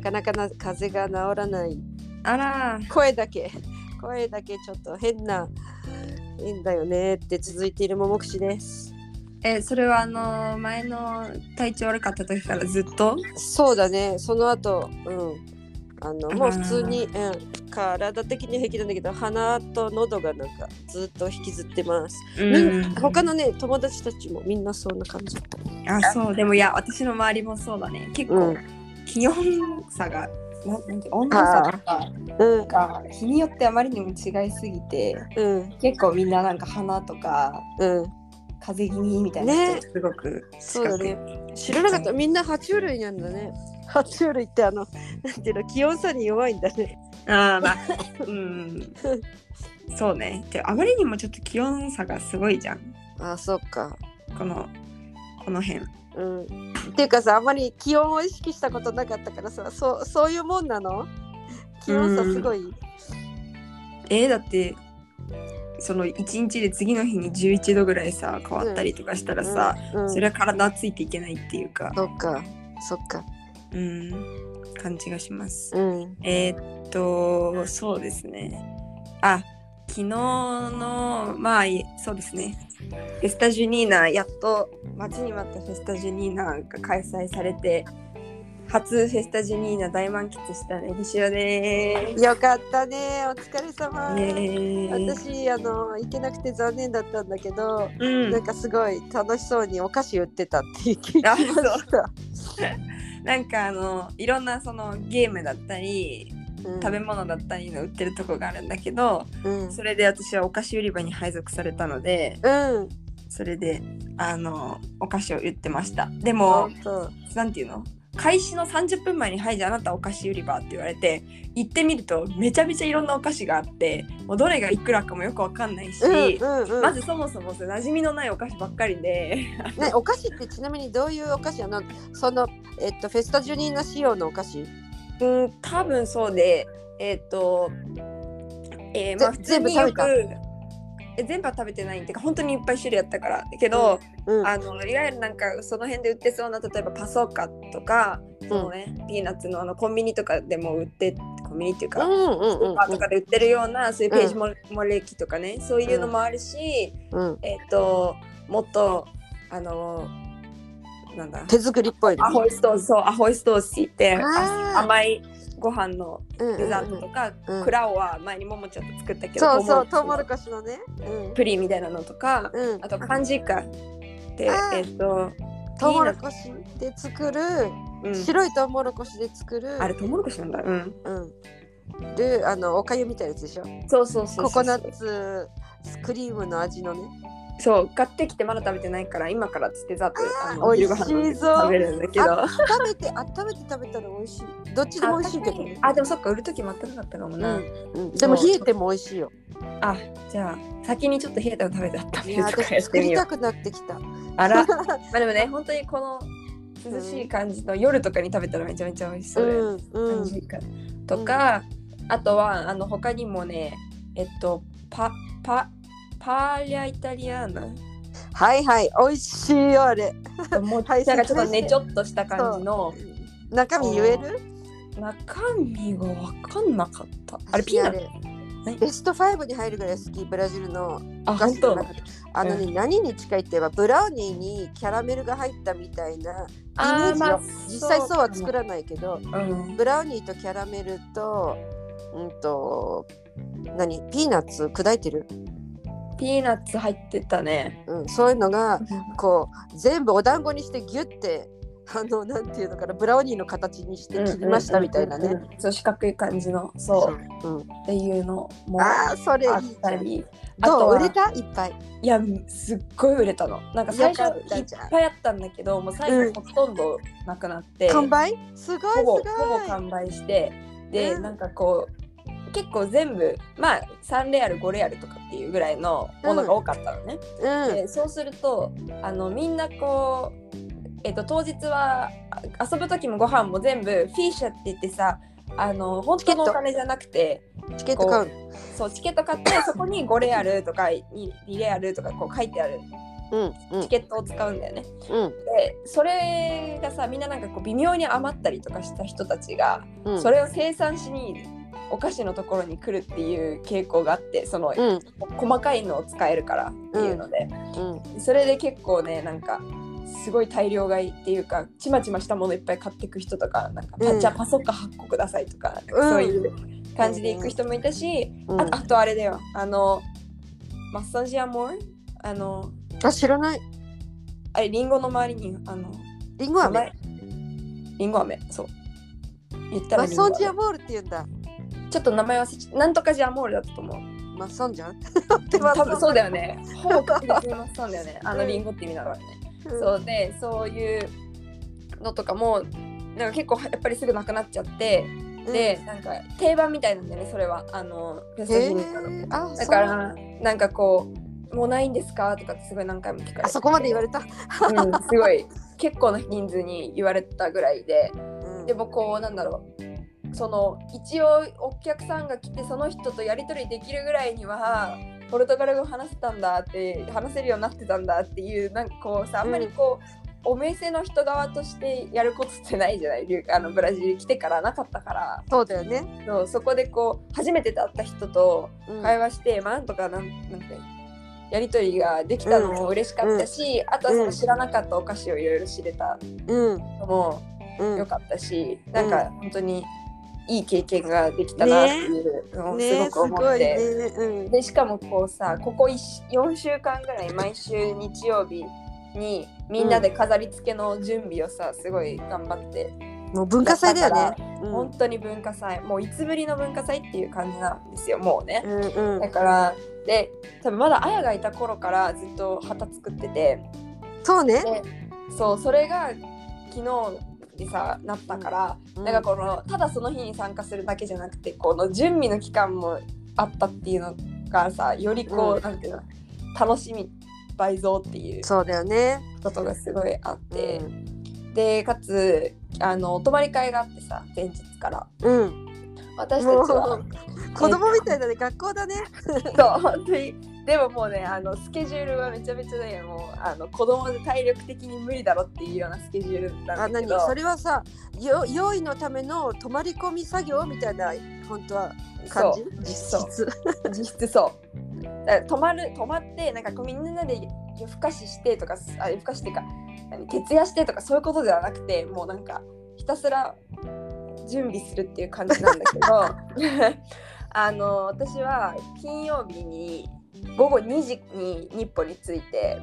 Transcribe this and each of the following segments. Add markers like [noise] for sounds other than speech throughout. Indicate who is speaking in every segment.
Speaker 1: かなかな風邪が治らない
Speaker 2: あら
Speaker 1: 声だけ声だけちょっと変な変だよねって続いている桃口です
Speaker 2: えそれはあの前の体調悪かった時からずっと
Speaker 1: そうだねその後うんあのもう
Speaker 2: あー
Speaker 1: 普通に、うん、体的には平気なんだけど鼻と喉がなんかずっと引きずってます、みん他のね友達たちもみんなそんな感じだった
Speaker 2: あそうでもいや私の周りもそうだね結構、
Speaker 1: うん
Speaker 2: 気温差がななんて温度差とか
Speaker 1: うん
Speaker 2: が日によってあまりにも違いすぎて
Speaker 1: うん
Speaker 2: 結構みんななんか鼻とか
Speaker 1: うん
Speaker 2: 風邪気味みたいな
Speaker 1: ね
Speaker 2: 人すごく
Speaker 1: そうだね
Speaker 2: 近
Speaker 1: 知らなかったみんな爬虫類なんだね爬虫類ってあのなんていうの気温差に弱いんだね
Speaker 2: くああまあうんそうねであまりにもちょっと気温差がすごいじゃん
Speaker 1: あそっか
Speaker 2: このこの辺
Speaker 1: うんっていうかさあんまり気温を意識したことなかったからさそうそういうもんなの気温差すごい、
Speaker 2: えーだってその1日で次の日に11度ぐらいさ変わったりとかしたらさ、
Speaker 1: うん、
Speaker 2: それは体ついていけないっていうか、
Speaker 1: そっかそっか
Speaker 2: うん、感じがします。
Speaker 1: うん
Speaker 2: えーっと、そうですね。あ、昨日の、まあ、いそうですね。フェスタジュニーナ、やっと待ちに待ったフェスタジュニーナが開催されて、初フェスタジュニーナ大満喫したね、ひしおでーす。
Speaker 1: よかったねお疲れ様、
Speaker 2: ね
Speaker 1: 私あの行けなくて残念だったんだけど、
Speaker 2: う
Speaker 1: なん
Speaker 2: ん、
Speaker 1: かすごい楽しそうにお菓子売ってたって聞きま
Speaker 2: あ
Speaker 1: した、
Speaker 2: なんかあのいろんなそのゲームだったり
Speaker 1: うん、
Speaker 2: 食べ物だったりの売ってるとこがあるんだけど
Speaker 1: うん
Speaker 2: それで私はお菓子売り場に配属されたので
Speaker 1: うん
Speaker 2: それであのお菓子を売ってましたで
Speaker 1: ほ
Speaker 2: も
Speaker 1: んと
Speaker 2: なんていうの開始の30分前に「はいじゃああなたお菓子売り場」って言われて行ってみるとめちゃめちゃいろんなお菓子があってもうどれがいくらかもよくわかんないし、
Speaker 1: うんうんうん
Speaker 2: まずそもそもさ馴染みのないお菓子ばっかりで
Speaker 1: ね、お菓子ってちなみにどういうお菓子なのその、えっと、フェスタジュニーナ仕様のお菓子、
Speaker 2: うん多分そうでえっ、とえーまあ普
Speaker 1: ぜ
Speaker 2: 通
Speaker 1: 全
Speaker 2: に
Speaker 1: 部
Speaker 2: よ
Speaker 1: 食べ
Speaker 2: く
Speaker 1: た
Speaker 2: え全部は食べてないってか本当にいっぱい種類あったからだけど、
Speaker 1: うん、
Speaker 2: あのいわゆるなんかその辺で売ってそうな例えばパソカとかその、ねピーナッツのあのコンビニとかでも売ってコンビニっていうか、
Speaker 1: うんうんうん
Speaker 2: バーとかで売ってるようなそういうページモレ,、キとかねそういうのもあるし、
Speaker 1: うんうん
Speaker 2: えっ、ともっとあのなんだ
Speaker 1: 手作りっぽいの
Speaker 2: アホイストースそうアホイストースって言って
Speaker 1: あー
Speaker 2: 甘いご飯の
Speaker 1: うんうんうん
Speaker 2: デザートとか、
Speaker 1: うん
Speaker 2: クラオは前にももちゃんと作ったけど
Speaker 1: そうそうト
Speaker 2: ト
Speaker 1: ウ
Speaker 2: ウ
Speaker 1: モ
Speaker 2: モ
Speaker 1: ロ
Speaker 2: ロコ
Speaker 1: コシのね、うん
Speaker 2: シプリンみたいなのとか、
Speaker 1: うん、
Speaker 2: あと漢字かって
Speaker 1: あー
Speaker 2: えっ、と
Speaker 1: トウモロコシで作る、
Speaker 2: うん
Speaker 1: 白いトウモロコシで作る
Speaker 2: あれトウモロコシなんだ。うん。
Speaker 1: うん、るあのおかゆみたいなやつでしょ
Speaker 2: そうそうそうそう。
Speaker 1: ココナッツクリームの味のね
Speaker 2: そう買ってきてまだ食べてないから今からっつってざっとあ
Speaker 1: 美味しいぞ
Speaker 2: 昼ご飯の時に食べるんだけど。あ
Speaker 1: 食べて温めて食べたら美味しいどっちでも美味しいけどね
Speaker 2: あでもそっか売る時待ってなかったかも
Speaker 1: う
Speaker 2: な。
Speaker 1: んうん、でも冷えても美味しいよ。
Speaker 2: あじゃあ先にちょっと冷えたの食べてあった
Speaker 1: い
Speaker 2: める
Speaker 1: や
Speaker 2: とか
Speaker 1: 私
Speaker 2: やっ
Speaker 1: 作
Speaker 2: てみ
Speaker 1: り
Speaker 2: よ
Speaker 1: た
Speaker 2: う。
Speaker 1: くなってきた。
Speaker 2: あら。まあでもね本当にこの涼しい感じの夜とかに食べたらめちゃめちゃ美味し
Speaker 1: う
Speaker 2: そうだよね
Speaker 1: んう
Speaker 2: 感
Speaker 1: ん
Speaker 2: じかとか、あとはあの他にもねえっとパパパーリャイタリアーナ。
Speaker 1: はいはい美味しいよあれ。
Speaker 2: も
Speaker 1: は
Speaker 2: うないんかちょっとねちょっとした感じの
Speaker 1: 中身言える？
Speaker 2: 中身が分かんなかったあれピーナッツ
Speaker 1: れベスト5に入るぐらい好きブラジルの
Speaker 2: あ
Speaker 1: お菓
Speaker 2: 本
Speaker 1: 子の
Speaker 2: 当
Speaker 1: 中であのね、何に近いって言えばブラウニーにキャラメルが入ったみたいな
Speaker 2: あ
Speaker 1: イメー
Speaker 2: ー
Speaker 1: ジよ
Speaker 2: まあ
Speaker 1: 実際そうは作
Speaker 2: る
Speaker 1: らないけど
Speaker 2: うん
Speaker 1: ブラウニーとキャラメルとうんと何ピーナッツ砕いてる、
Speaker 2: ピーナッツ入ってたね
Speaker 1: うん、そういうのがこう全部お団子にしてギュッてあのなんていうのかなブラウニーの形にして切りましたみたいな
Speaker 2: うん
Speaker 1: ね
Speaker 2: うん。うんそう四角い感じのそう
Speaker 1: うん、
Speaker 2: っていうのもあ
Speaker 1: ああそれいい
Speaker 2: っ
Speaker 1: じゃ
Speaker 2: た
Speaker 1: ん。
Speaker 2: りあ
Speaker 1: ど
Speaker 2: と
Speaker 1: う
Speaker 2: は
Speaker 1: 売れたいっぱい。
Speaker 2: いやすっごい売れたのなんか最
Speaker 1: よかっ
Speaker 2: 初
Speaker 1: た
Speaker 2: いっ
Speaker 1: じゃん
Speaker 2: ぱいあったんだけどもう
Speaker 1: う
Speaker 2: 最
Speaker 1: ん
Speaker 2: 後ほとんどなくなって
Speaker 1: 完売すごいす
Speaker 2: ほぼ
Speaker 1: ごい
Speaker 2: ほぼ完売してで、
Speaker 1: うん
Speaker 2: なんかこう結構全部まあ3レアル5レアルとかっていうぐらいのものが多かったのね、
Speaker 1: うん
Speaker 2: でそうするとあのみんなこう、えっと当日はあ遊ぶ時もご飯も全部フィーシャって言ってさあの本当のお金じゃなくて
Speaker 1: チケット買う [coughs]
Speaker 2: そうチケット買ってそこに5レアルとかに2レアルとかこう書いてある
Speaker 1: うんう
Speaker 2: チケットを使うんだよね。
Speaker 1: ん
Speaker 2: でそれがさみんななんかこう微妙に余ったりとかした人たちが、
Speaker 1: うん
Speaker 2: それを生産しにお菓子のところに来るっていう傾向があってその、
Speaker 1: うん
Speaker 2: 細かいのを使えるからっていうので、
Speaker 1: うん
Speaker 2: それで結構ねなんかすごい大量買いっていうかちまちましたものいっぱい買っていく人とかなんか、
Speaker 1: うん
Speaker 2: じゃあパソッカ8個くださいとか
Speaker 1: うん
Speaker 2: そういう感じで行く人もいたし、
Speaker 1: うん
Speaker 2: ああとあれだよあのマッサージアモールあの
Speaker 1: あ知らない
Speaker 2: あれリンゴの周りにあの
Speaker 1: リンゴ飴
Speaker 2: リンゴ飴そう言った
Speaker 1: マ
Speaker 2: ら
Speaker 1: ッ
Speaker 2: リン
Speaker 1: ソ
Speaker 2: ゴ
Speaker 1: ンジ
Speaker 2: 飴
Speaker 1: アボールって言うんだ
Speaker 2: ちょっと名前忘れちゃなんとかジャモールだったと思う
Speaker 1: マッソンジャ
Speaker 2: [laughs]
Speaker 1: ン
Speaker 2: 多分そうだよねほぼ確実にマッサンだよねあのリンゴって意味だからね
Speaker 1: う
Speaker 2: そうでそういうのとかもなんか結構やっぱりすぐなくなっちゃって、
Speaker 1: ん
Speaker 2: でなんか定番みたいなんだよねそれはあのペスト
Speaker 1: へ
Speaker 2: ジニーの
Speaker 1: ーあそ
Speaker 2: だか
Speaker 1: う
Speaker 2: らなんかこう「もうないんですか?」とかってすごい何回も聞かれて
Speaker 1: あそこまで言われた
Speaker 2: うん、すごい結構な人数に言われたぐらいで
Speaker 1: うん
Speaker 2: でもこうなんだろうその一応お客さんが来てその人とやり取りできるぐらいにはポルトガル語話せたんだって話せるようになってたんだっていうなんかこうさあんまりこう、お店の人側としてやることってないじゃない留あのブラジル来てからなかったから
Speaker 1: そうだよね
Speaker 2: そうそこでこう初めて会った人と
Speaker 1: うん
Speaker 2: 会話して、まあなんとかなんなんてやり取りができたのも嬉しかったし、あとはその知らなかったお菓子をいろいろ知れた
Speaker 1: うん
Speaker 2: のも
Speaker 1: うん
Speaker 2: 良かったし、なんか本当にいい経験ができたなっていうのをすごく思って、
Speaker 1: ねえすごいね
Speaker 2: でしかもこうさここ4週間ぐらい毎週日曜日にみんなで飾り付けの準備をさすごい頑張って、
Speaker 1: うんもう文化祭だよ
Speaker 2: だか
Speaker 1: ねうん
Speaker 2: 本当に文化祭もういつぶりの文化祭っていう感じなんですよもうね。
Speaker 1: うんうん
Speaker 2: だからで多分まだあやがいた頃からずっと旗作ってて
Speaker 1: そうね
Speaker 2: そうそれが昨日にさなったから、
Speaker 1: うん
Speaker 2: なんかこのただその日に参加するだけじゃなくてこの準備の期間もあったっていうのがさよりこう、
Speaker 1: うん
Speaker 2: なんていうの楽しみ倍増っていう
Speaker 1: そうだよね
Speaker 2: ことがすごいあって
Speaker 1: う、ん
Speaker 2: でかつあのお泊まり会があってさ前日から
Speaker 1: うん
Speaker 2: 私たちは
Speaker 1: 子供みたいだね学校だね
Speaker 2: そう本当にでももうねあのスケジュールはめちゃめちゃねもうあの子供で体力的に無理だろっていうようなスケジュールな
Speaker 1: あ
Speaker 2: んだ
Speaker 1: 何
Speaker 2: けど
Speaker 1: それはさよ用意のための泊まり込み作業みたいな本当は感じ
Speaker 2: そう
Speaker 1: 実質
Speaker 2: 実質そうだから泊まる泊まってなんかこうみんなで夜更かししてとかあ夜更かしっていうか何徹夜してとかそういうことではなくてもうなんかひたすら準備するっていう感じなんだけど [laughs] あの私は金曜日に午後2時に日本に着いて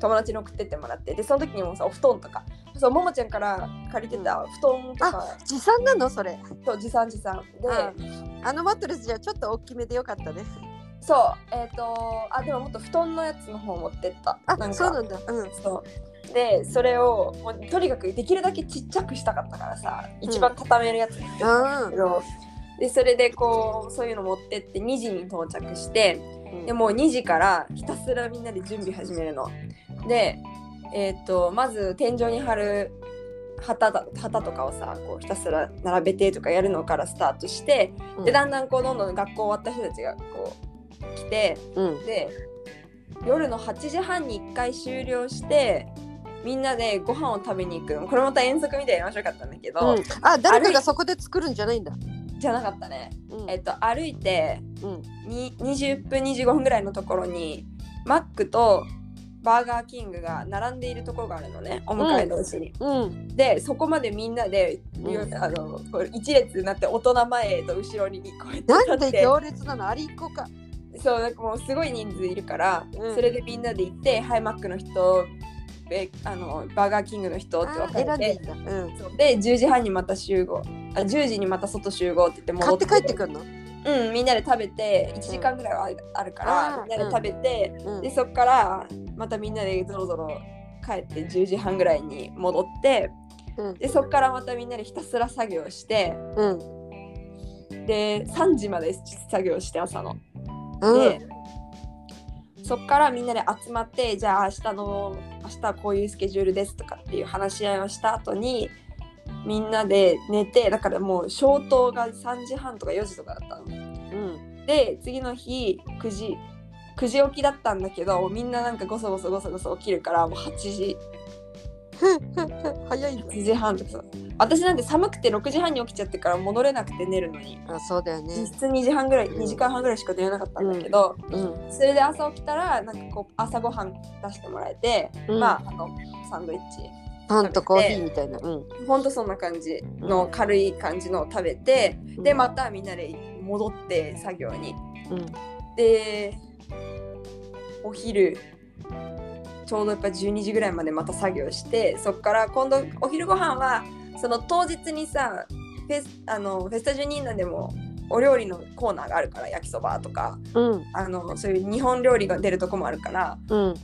Speaker 2: 友達に送ってってもらってでその時にもさお布団とかそうももちゃんから借りてた布団とか
Speaker 1: 持参なのそれ
Speaker 2: と持参持参で。
Speaker 1: ああのマットレスじゃちょっと大きめでよかったね
Speaker 2: そう、えっ、と、あ、でももっと布団のやつの方持ってった。
Speaker 1: あ
Speaker 2: なんか
Speaker 1: そうなんだうん
Speaker 2: そうで、それを、もうとにかくできるだけちっちゃくしたかったからさ、一番固めるやつなんだ
Speaker 1: あ
Speaker 2: けど。で、それでこう、そういうの持ってって、2時に到着して、
Speaker 1: ー
Speaker 2: でもう2時からひたすらみんなで準備始めるの。で、えっ、と、まず天井に貼る。旗だ旗とかをさこうひたすら並べてとかやるのからスタートして、
Speaker 1: うん
Speaker 2: でだんだんこうどんどん学校終わった人たちがこう来て、
Speaker 1: うん
Speaker 2: で夜の8時半に1回終了してみんなでご飯を食べに行くのこれまた遠足みたいに面白かったんだけど、
Speaker 1: うんあ誰か
Speaker 2: 歩いて
Speaker 1: がそこで作るんじゃないんだ
Speaker 2: じゃなかったね、
Speaker 1: うん
Speaker 2: えっと、歩いて
Speaker 1: うん
Speaker 2: に20分25分ぐらいのところにマックとバーガーキングが並んでいるところがあるのねお迎え同士に、
Speaker 1: うん
Speaker 2: でそこまでみんなで、
Speaker 1: うん
Speaker 2: あのこう一列になって大人前と後ろにこうやって
Speaker 1: なん
Speaker 2: 立っ
Speaker 1: で
Speaker 2: て
Speaker 1: 行列なのあれ行こうか
Speaker 2: そうなんかもうすごい人数いるから、
Speaker 1: うん
Speaker 2: それでみんなで行ってハイマックの人えあのバーガーキングの人って
Speaker 1: あ
Speaker 2: 分
Speaker 1: 選
Speaker 2: かれ
Speaker 1: んでいい
Speaker 2: て
Speaker 1: んだうん
Speaker 2: そうで10時半にまた集合あ10時にまた外集合って言って
Speaker 1: 買
Speaker 2: 戻
Speaker 1: って帰ってくるの
Speaker 2: うんみんなで食べて1時間ぐらいはあるから、
Speaker 1: あー
Speaker 2: みんなで食べて、
Speaker 1: うん
Speaker 2: でそっからまたみんなでぞろぞろ帰って10時半ぐらいに戻って
Speaker 1: うん
Speaker 2: でそっからまたみんなでひたすら作業して
Speaker 1: うん
Speaker 2: で3時まで作業して朝の。
Speaker 1: うん
Speaker 2: で、そっからみんなで集まってじゃあ明日の明日はこういうスケジュールですとかっていう話し合いをした後にみんなで寝てだからもう消灯が3時半とか4時とかだったの
Speaker 1: うん
Speaker 2: で次の日9時9時起きだったんだけどみんななんかごそごそごそごそ起きるからもう8時
Speaker 1: 早いね
Speaker 2: 8時半とか私なんて寒くて6時半に起きちゃってから戻れなくて寝るのに
Speaker 1: あそうだよね
Speaker 2: 実質2時半ぐらい
Speaker 1: うん
Speaker 2: 2時間半ぐらいしか寝れなかったんだけど、
Speaker 1: うん
Speaker 2: それで朝起きたらなんかこう朝ごはん出してもらえて、
Speaker 1: うん
Speaker 2: まああのサンドイッチ
Speaker 1: パンとコーヒーみたいなうん
Speaker 2: ほんとそんな感じの軽い感じのを食べて、でまたみんなで戻って作業に
Speaker 1: うん
Speaker 2: でお昼ちょうどやっぱ12時ぐらいまでまた作業してそっから今度お昼ご飯はその当日にさフェスあのフェスタジュニーナでもお料理のコーナーがあるから焼きそばとか
Speaker 1: うん
Speaker 2: あのそういう日本料理が出るとこもあるから
Speaker 1: うん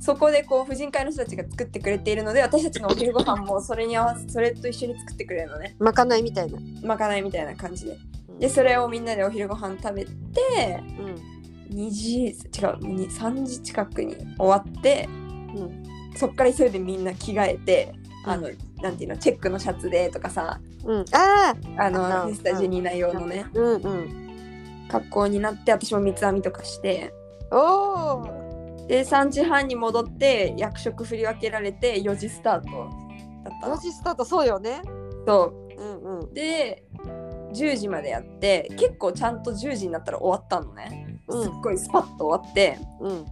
Speaker 2: そこでこう婦人会の人たちが作ってくれているので私たちのお昼ご飯もそれに合わせそれと一緒に作ってくれるのね
Speaker 1: まかないみたいな
Speaker 2: まかないみたいな感じで
Speaker 1: うん
Speaker 2: でそれをみんなでお昼ご飯食べて
Speaker 1: うん
Speaker 2: 2時違う2 3時近くに終わって
Speaker 1: うん
Speaker 2: そっから急いでみんな着替えて、
Speaker 1: うん
Speaker 2: あのなんていうのチェックのシャツでとかさ
Speaker 1: うんああ
Speaker 2: あの、
Speaker 1: うん
Speaker 2: フェスタジュニーナ用のね、
Speaker 1: うんうん
Speaker 2: 格好になって私も三つ編みとかして
Speaker 1: おお
Speaker 2: で3時半に戻って役職振り分けられて4時スタートだった
Speaker 1: 同
Speaker 2: の
Speaker 1: 時スタートそうよね
Speaker 2: そ
Speaker 1: うんうん
Speaker 2: うで10時までやって結構ちゃんと10時になったら終わったのね
Speaker 1: うん
Speaker 2: すっごいスパッと終わって、
Speaker 1: うん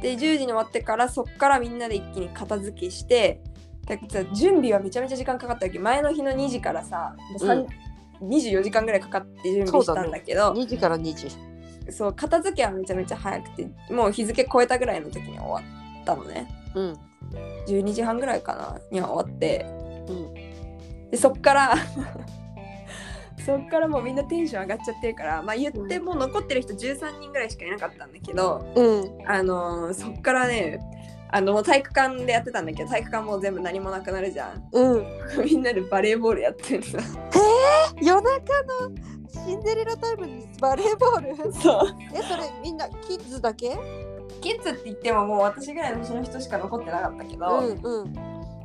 Speaker 2: で10時に終わってからそっからみんなで一気に片付けしてだからさ準備はめちゃめちゃ時間かかったわけ前の日の2時からさもうさん24時間ぐらいかかって準備したんだけどそう,、
Speaker 1: 2時から2時
Speaker 2: 片付けはめちゃめちゃ早くてもう日付超えたぐらいの時に終わったのね
Speaker 1: うん
Speaker 2: 12時半ぐらいかなには終わって、
Speaker 1: うん
Speaker 2: でそっからそっからもうみんなテンション上がっちゃってるからまあ言ってもう残ってる人13人ぐらいしかいなかったんだけど、
Speaker 1: うん
Speaker 2: あのーそっからねあの体育館でやってたんだけど体育館もう全部何もなくなるじゃん [laughs]
Speaker 1: うん
Speaker 2: みんなでバレーボールやってるさ
Speaker 1: 夜中のシンデレラタイムにバレーボール
Speaker 2: そう
Speaker 1: えそれみんなキッズだけ
Speaker 2: キッズって言ってももう私ぐらいの年の人しか残ってなかったけど、
Speaker 1: うんうん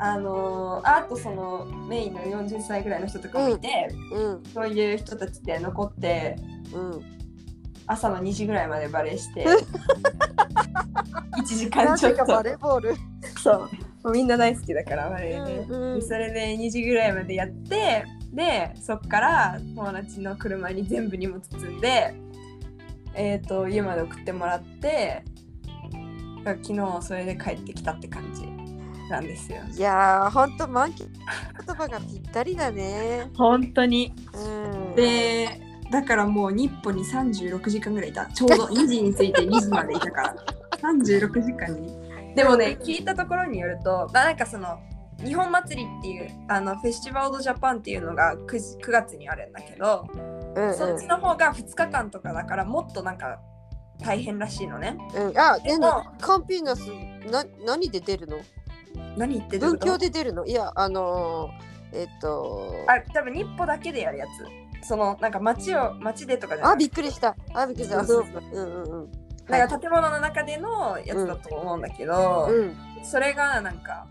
Speaker 2: あのーあとそのメインの40歳ぐらいの人とかもいて、
Speaker 1: うん
Speaker 2: そういう人たちで残って
Speaker 1: うん
Speaker 2: 朝の2時ぐらいまでバレーして
Speaker 1: [laughs]
Speaker 2: 1時間
Speaker 1: な
Speaker 2: ちょ
Speaker 1: ぜ
Speaker 2: っ
Speaker 1: かバ
Speaker 2: と
Speaker 1: レーボール
Speaker 2: そうもうみんな大好きだからバレーね。
Speaker 1: うんうん
Speaker 2: でそれで2時ぐらいまでやってでそっから友達の車に全部荷物積んでえっ、と家まで送ってもらってだから昨日それで帰ってきたって感じなんですよ
Speaker 1: いやーほんと満喫言葉がぴったりだね
Speaker 2: 本当に
Speaker 1: うん
Speaker 2: でだからもう日本に36時間ぐらいいたちょうど2時について2時までいたから36時間にでもね聞いたところによるとまあなんかその日本祭りっていうあのフェスティバル・ド・ジャパンっていうのが 9, 9月にあるんだけど、
Speaker 1: うん
Speaker 2: そっちの方が2日間とかだからもっとなんか大変らしいのね
Speaker 1: うんうんあで
Speaker 2: で
Speaker 1: も
Speaker 2: も
Speaker 1: カンピーナスな何で出るの
Speaker 2: 何言ってる
Speaker 1: 文教
Speaker 2: の
Speaker 1: で出るのいやあのー、えっと
Speaker 2: あ多分日本だけでやるやつそのなんか街を街でとかじゃな
Speaker 1: あ
Speaker 2: くて
Speaker 1: びっくりしたあびっくりしたあ
Speaker 2: そ
Speaker 1: そうう
Speaker 2: そう
Speaker 1: うんうんうん
Speaker 2: なんか建物の中でのやつだと思うんだけど、
Speaker 1: うん
Speaker 2: それがなんか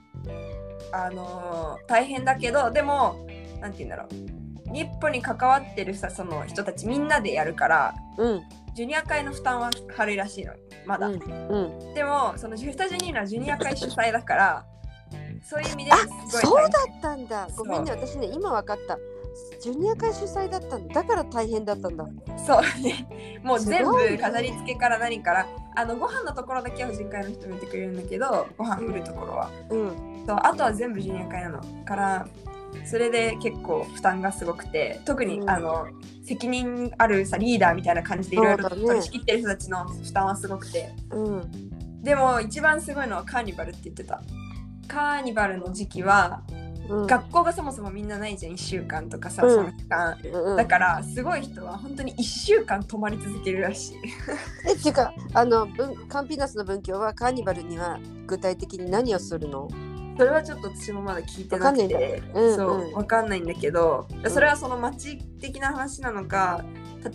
Speaker 2: あのー大変だけどでもなんて言うんだろう日本に関わってるさその人たちみんなでやるから
Speaker 1: うん
Speaker 2: ジュニア会の負担は軽いらしいのまだ、
Speaker 1: うん
Speaker 2: でもそのジュフタジュニーナはジュニア会主催だからそういう意味です
Speaker 1: あ
Speaker 2: ごい
Speaker 1: そう
Speaker 2: 大
Speaker 1: だったんだごめんね私ね今わかったジュニア会主催だったんだだから大変だったんだ
Speaker 2: 変そうねもう [laughs] 全
Speaker 1: すごいね
Speaker 2: 部飾り付けから何からあのご飯のところだけは実家の人見てくれるんだけどご飯売るところは
Speaker 1: うん
Speaker 2: そうあとは全部ジュニア会なのからそれで結構負担がすごくて特に、
Speaker 1: うん
Speaker 2: あの責任あるさリーダーみたいな感じでいろいろ
Speaker 1: そうだね
Speaker 2: 取り仕切ってる人たちの負担はすごくて
Speaker 1: うん
Speaker 2: でも一番すごいのはカーニバルって言ってたカーニバルの時期は
Speaker 1: うん
Speaker 2: 学校がそもそもみんなないじゃん1週間とかさ、
Speaker 1: うん
Speaker 2: その期間
Speaker 1: うん
Speaker 2: だからすごい人は本当に1週間泊まり続けるらしい
Speaker 1: えっていうかあの文カンピーナスの文教はカーニバルには具体的に何をするの
Speaker 2: それはちょっと私もまだ聞いてなくて
Speaker 1: わかんないうん
Speaker 2: そう
Speaker 1: うん
Speaker 2: わかんないんだけど、それはその街的な話なのか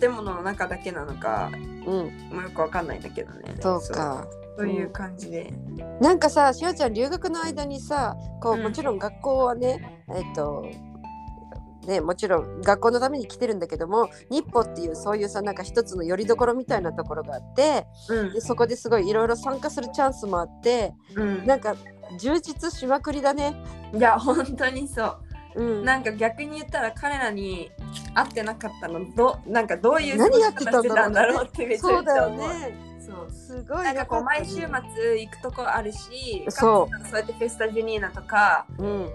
Speaker 2: 建物の中だけなのか
Speaker 1: うん
Speaker 2: もうよくわかんないんだけどね
Speaker 1: そうか
Speaker 2: そうそういう感じで、
Speaker 1: なんかさしおちゃん留学の間にさこう
Speaker 2: うん
Speaker 1: もちろん学校はね、えっとね、もちろん学校のために来てるんだけども日歩っていうそういうさなんか一つの拠り所みたいなところがあって
Speaker 2: うん
Speaker 1: でそこですごいいろいろ参加するチャンスもあって
Speaker 2: うん
Speaker 1: なんか充実しまくりだね。
Speaker 2: いや本当にそう
Speaker 1: うん、
Speaker 2: なんか逆に言ったら彼らに会ってなかったのどなんかどういう
Speaker 1: 何やってたんだろうね
Speaker 2: 過ごし方してたんだろうってめちゃ
Speaker 1: そう
Speaker 2: めち
Speaker 1: だ
Speaker 2: ゃ
Speaker 1: よ
Speaker 2: 思う。
Speaker 1: ね。
Speaker 2: そう
Speaker 1: すごい
Speaker 2: なんかこう
Speaker 1: よったね
Speaker 2: 毎週末行くとこあるし、
Speaker 1: そう
Speaker 2: うそうやってフェスタジュニーナとか
Speaker 1: うん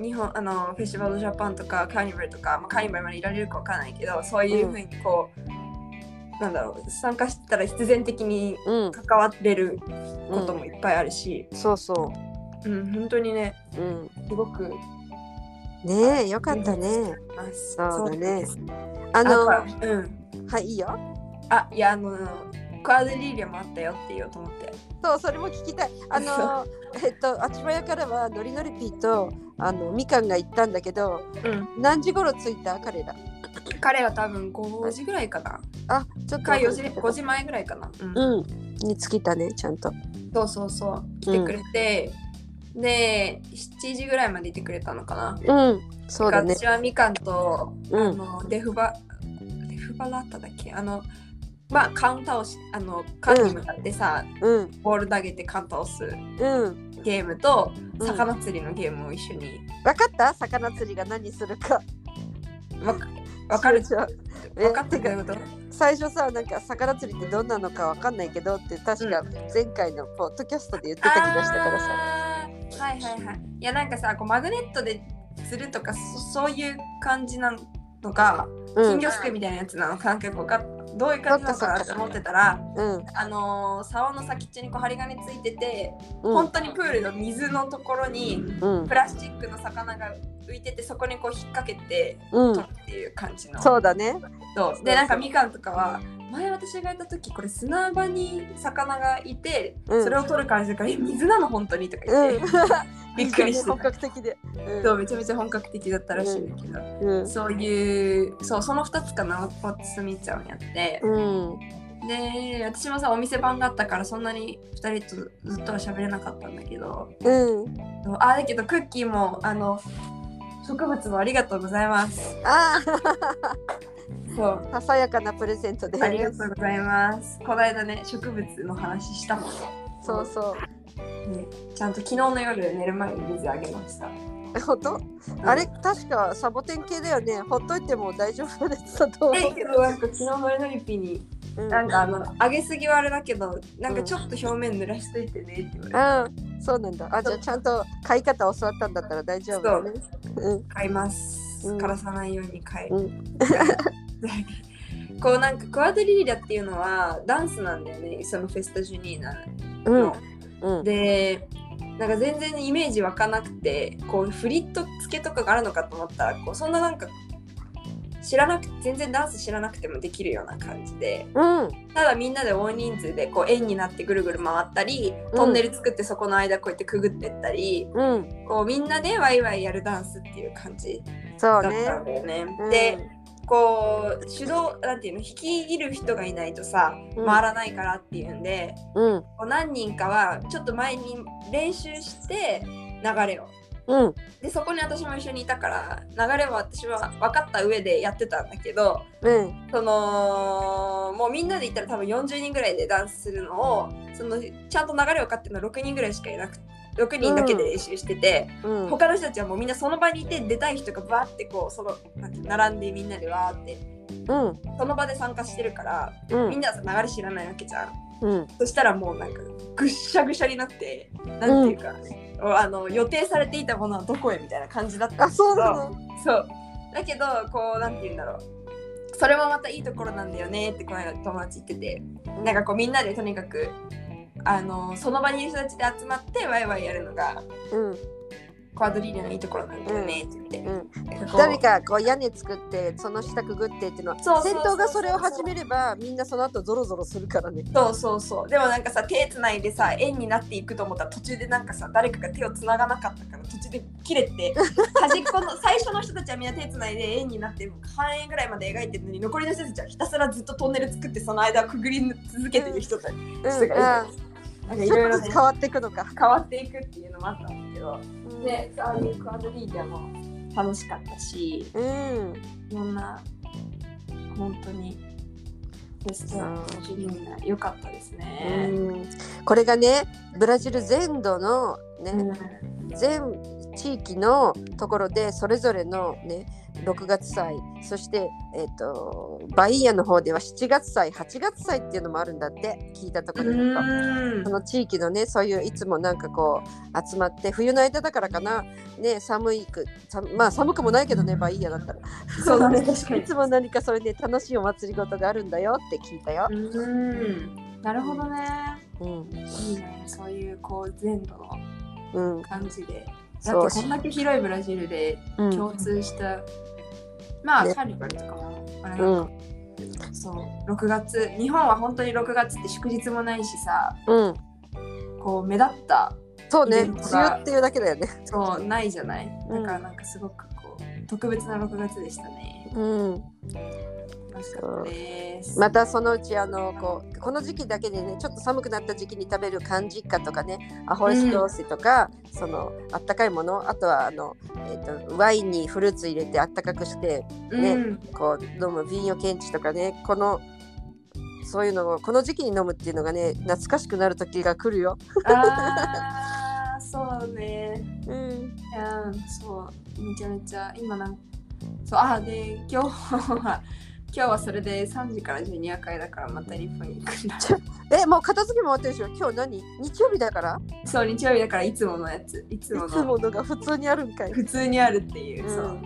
Speaker 2: 日本あのフェスティバルジャパンとかカーニバルとか、まあ、カーニバルまでいられるかわかんないけどそういうふうにこう、なんだろう参加してたら必然的に
Speaker 1: うん
Speaker 2: 関わってるこ
Speaker 1: ことと
Speaker 2: も
Speaker 1: も
Speaker 2: いっぱいあるし、
Speaker 1: そうそ
Speaker 2: うん本当にね
Speaker 1: う。うん、
Speaker 2: すごく
Speaker 1: ねえよかったね。
Speaker 2: あ
Speaker 1: そうだね
Speaker 2: そうです
Speaker 1: あ
Speaker 2: あ
Speaker 1: の
Speaker 2: のうん
Speaker 1: はいいいよ。
Speaker 2: あいやあのクアデリーリアもあったよって言おうと思って
Speaker 1: そうそれも聞きたい。あのえっとあちばやからはノリノリピーとあのみかんが行ったんだけど
Speaker 2: うん
Speaker 1: 何時頃着いた彼ら。
Speaker 2: 彼は多分5時ぐらいかな
Speaker 1: あちょっと
Speaker 2: か4
Speaker 1: 忘
Speaker 2: 時
Speaker 1: れてた
Speaker 2: 5時前ぐらいかな、うん
Speaker 1: うんに着いたねちゃんと。
Speaker 2: そうそうそう来てくれて、で7時ぐらいまでいてくれたのかな
Speaker 1: うんそうだね。
Speaker 2: 私はみかんと
Speaker 1: う
Speaker 2: あ
Speaker 1: ん
Speaker 2: のデフバデフバラッタだっけあのまあカウンターをしあのカーに向かってさ、
Speaker 1: うん
Speaker 2: ボール投げてカウンターを押す
Speaker 1: うん。
Speaker 2: ゲームと
Speaker 1: うん
Speaker 2: 魚釣りのゲームを一緒に
Speaker 1: わかった魚釣りが何するか。
Speaker 2: わかわかる
Speaker 1: じゃあえ
Speaker 2: 分かってくれること
Speaker 1: 最初さなんか魚釣りってどんなのかわかんないけどって確か前回のポッドキャストで言ってた気がしたからさ。
Speaker 2: あーはいはいはい。いやなんかさこうマグネットで釣るとかそそういう感じなのか、
Speaker 1: う
Speaker 2: 金
Speaker 1: ん
Speaker 2: 魚すくいみたいなやつなのかなんかこうかどういう感じなのかなと思ってたら、
Speaker 1: うん
Speaker 2: あのー竿の先っちょにこう針金ついてて、
Speaker 1: う
Speaker 2: 本
Speaker 1: ん
Speaker 2: 当にプールの水のところに
Speaker 1: うん
Speaker 2: プラスチックの魚が浮いててそこにこう引っ掛けて
Speaker 1: う
Speaker 2: 取
Speaker 1: ん
Speaker 2: るっていう感じの。
Speaker 1: そうだね。
Speaker 2: そうでなんかみかんとかは前私がいた時これ砂場に魚がいて、
Speaker 1: うん
Speaker 2: それを取る感じだからえ水なの本当にとか言って、
Speaker 1: うん
Speaker 2: びっくりしてた
Speaker 1: 本格的で。うん
Speaker 2: そうめちゃめちゃ本格的だったらしいんだけど、
Speaker 1: うん
Speaker 2: そういうそうその2つかなスミちゃんやって、
Speaker 1: うん
Speaker 2: で私もさお店番があったからそんなに2人とずっとは喋れなかったんだけど
Speaker 1: うん
Speaker 2: そうあだけどクッキーもあの植物もありがとうございます
Speaker 1: あ
Speaker 2: そう
Speaker 1: [laughs] あさやかなプレゼントで
Speaker 2: ありがとうございますこの間ね植物の話したもんね
Speaker 1: そうそ
Speaker 2: ねちゃんと昨日の夜寝る前に水あげました。
Speaker 1: うほとあれ確かサボテン系だよねほっといても大丈夫なやつだと
Speaker 2: うんえ
Speaker 1: 思うけ
Speaker 2: け
Speaker 1: ど
Speaker 2: どなんか昨日のりのりぴに
Speaker 1: うん
Speaker 2: なんかあのあげすぎはあれだけどなんかちょっと表面濡らしといてねって言われて
Speaker 1: うんそうなんだあじゃあちゃんと買い方教わったんだったら大丈夫だねうん
Speaker 2: 買います、
Speaker 1: うん
Speaker 2: 枯らさないように買い、
Speaker 1: う
Speaker 2: こうなんかクアドリリラっていうのはダンスなんだよねそのフェスタジュニーナ
Speaker 1: うん
Speaker 2: の、
Speaker 1: うん
Speaker 2: でなんか全然イメージ湧かなくてこうフリット付けとかがあるのかと思ったらこうそんななんか知らなく全然ダンス知らなくてもできるような感じで
Speaker 1: うん
Speaker 2: ただみんなで大人数でこう円になってぐるぐる回ったり
Speaker 1: うん
Speaker 2: トンネル作ってそこの間こうやってくぐってったり、
Speaker 1: うん
Speaker 2: こうみんなでワイワイやるダンスっていう感じ
Speaker 1: そう
Speaker 2: だっ
Speaker 1: ね
Speaker 2: たんだよね。
Speaker 1: うん
Speaker 2: でこう手動なんていうの引き入る人がいないとさ
Speaker 1: うん
Speaker 2: 回らないからっていうんで、
Speaker 1: うん
Speaker 2: こう何人かはちょっと前に練習して流れを。
Speaker 1: うん
Speaker 2: でそこに私も一緒にいたから流れは私は分かった上でやってたんだけど
Speaker 1: うん
Speaker 2: そのもうみんなで行ったら多分40人ぐらいでダンスするのをそのちゃんと流れを分かってるのは6人ぐらいしかいなくて6人だけで練習してて、
Speaker 1: うん
Speaker 2: 他の人たちはもうみんなその場にいて出たい人がバーってこうそのなんていうの並んでみんなでわーって
Speaker 1: うん
Speaker 2: その場で参加してるから
Speaker 1: うん
Speaker 2: みんなさ流れ知らないわけじゃん
Speaker 1: うん
Speaker 2: そしたらもうなんかぐっしゃぐしゃになってなんていうか、あの予定されていたものはどこへみたいな感じだったんだ
Speaker 1: あ
Speaker 2: けど
Speaker 1: そうなの
Speaker 2: そうだけどこうなんて言うんだろうそれもまたいいところなんだよねってこの間友達言っててなんかこうみんなでとにかくあのその場にいる人たちで集まってワイワイやるのが
Speaker 1: うん
Speaker 2: クアドリーナのいいところなんだよねって言って、
Speaker 1: うん
Speaker 2: なんかこう
Speaker 1: 誰かこう屋根作ってその下くぐってっていうのは
Speaker 2: そうそう
Speaker 1: 戦
Speaker 2: そうそう
Speaker 1: 闘がそれを始めればみんなその後ゾロゾロするからね。
Speaker 2: そうそうそうでもなんかさ手つないでさ円になっていくと思ったら途中でなんかさ誰かが手をつながなかったから途中で切れ
Speaker 1: [laughs]
Speaker 2: て端っこの最初の人たちはみんな手つないで円になって半円ぐらいまで描いてるのに残りの人たちはひたすらずっとトンネル作ってその間をくぐり続けてる人たち
Speaker 1: うん、
Speaker 2: 人がい
Speaker 1: ち
Speaker 2: るなんかいろい
Speaker 1: ょっと
Speaker 2: ろ
Speaker 1: ず
Speaker 2: ね
Speaker 1: つ変わっていくのか。
Speaker 2: 変わっていくっていうのもあったんだけど
Speaker 1: うん
Speaker 2: でああいうクアドリーでも楽しかったし
Speaker 1: うん
Speaker 2: いろんな本当にフェスタジュニーナ良かったですね。
Speaker 1: うんこれがねブラジル全土のね、
Speaker 2: うん
Speaker 1: 全地域のところでそれぞれのね6月祭そして、えー、とバイヤの方では7月祭8月祭っていうのもあるんだって聞いたところによると。
Speaker 2: うん
Speaker 1: その地域のねそういういつもなんかこう集まって冬の間だからかなね寒いくさまあ寒くもないけどねバイヤだったら
Speaker 2: そうだね、確
Speaker 1: [laughs]
Speaker 2: か
Speaker 1: い
Speaker 2: に。
Speaker 1: つも何かそれで楽しいお祭り事があるんだよって聞いたよ。
Speaker 2: うん、なるほどね。
Speaker 1: うん
Speaker 2: いいね、そういうこう全土の
Speaker 1: うん
Speaker 2: 感じで。だ
Speaker 1: そ
Speaker 2: っ
Speaker 1: う
Speaker 2: てこんだけ広いブラジルで
Speaker 1: うん
Speaker 2: 共通した、まあ、
Speaker 1: ね
Speaker 2: カーニバルとかもあれだけ
Speaker 1: う
Speaker 2: ど、
Speaker 1: ん
Speaker 2: そう6月日本は本当に6月って祝日もないしさ
Speaker 1: うん
Speaker 2: こう目立った
Speaker 1: そうね
Speaker 2: イベン
Speaker 1: 梅
Speaker 2: トが
Speaker 1: 雨っていうだけだよね。
Speaker 2: そうないじゃない
Speaker 1: うん
Speaker 2: だからなんかすごくこう特別な6月でしたね
Speaker 1: うん
Speaker 2: 楽しかったです
Speaker 1: またそのうちあのこうこの時期だけでねちょっと寒くなった時期に食べる寒実家とかねアホイスドースとか、そのあったかいものあとはあの、えー、とワインにフルーツ入れてあったかくしてね
Speaker 2: うん
Speaker 1: こう飲む瓶を検知とかねこのそういうのをこの時期に飲むっていうのがね懐かしくなる時が来るよ。
Speaker 2: あーそうね
Speaker 1: うん、
Speaker 2: いやーそうめちゃめちゃ今なんそうあーで今日は [laughs] 今日はそれで3時からジュニア会だからまた日本に行くんだ [laughs]
Speaker 1: えもう片付けも終わってるでしょ今日何日曜日だから
Speaker 2: そう日曜日だからいつものやついつ
Speaker 1: い
Speaker 2: も
Speaker 1: つ
Speaker 2: の
Speaker 1: ものが普通にあるんかい。
Speaker 2: 普通にあるっていう、
Speaker 1: うん
Speaker 2: そう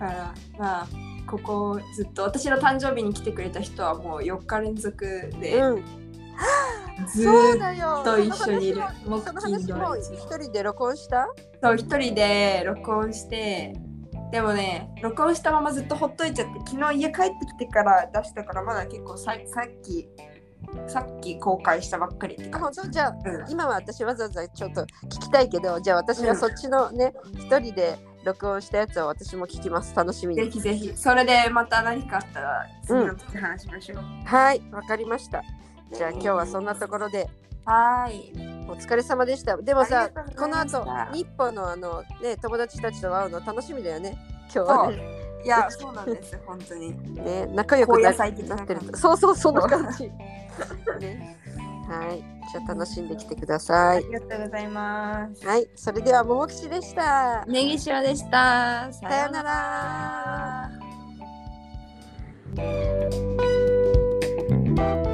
Speaker 2: だからまあここずっと私の誕生日に来てくれた人はもう4日連続で
Speaker 1: うん、
Speaker 2: ず
Speaker 1: そう
Speaker 2: ーっ
Speaker 1: だよ
Speaker 2: と一緒にいる
Speaker 1: その話
Speaker 2: 木金
Speaker 1: も
Speaker 2: 土日
Speaker 1: 一人で録音した
Speaker 2: と一人で録音してでもね録音したままずっとほっといちゃって昨日家帰ってきてから出したからまだ結構ささっきさっき公開したばっかりって
Speaker 1: あ
Speaker 2: 感
Speaker 1: 本当じゃあ
Speaker 2: じ、うん
Speaker 1: 今は私わざわざちょっと聞きたいけどじゃあ私はそっちのね一、人で録音したやつを私も聞きます楽しみ
Speaker 2: ぜ
Speaker 1: に
Speaker 2: ひぜひそれでまた何かあったら次の時話しましょう、
Speaker 1: はいわかりましたじゃあ今日はそんなところで
Speaker 2: はーい
Speaker 1: お疲れ様でしたでも
Speaker 2: あ
Speaker 1: さ
Speaker 2: りがとうご
Speaker 1: こ
Speaker 2: ざい
Speaker 1: の
Speaker 2: ました
Speaker 1: 後日本のあのね友達たちと会うの楽しみだよね今日はね
Speaker 2: いやそうなんです本当に
Speaker 1: ね仲良くな
Speaker 2: 高野菜的な
Speaker 1: なってる
Speaker 2: 感じ
Speaker 1: そうそうそんな感じ、 [laughs] ね、はいじゃあ楽しんできてくださ
Speaker 2: あ
Speaker 1: い
Speaker 2: りがとうございます
Speaker 1: はいそれではももきちでした
Speaker 2: ネギ塩でしたさ
Speaker 1: さよ
Speaker 2: よ
Speaker 1: う
Speaker 2: う
Speaker 1: な
Speaker 2: な
Speaker 1: ら
Speaker 2: ら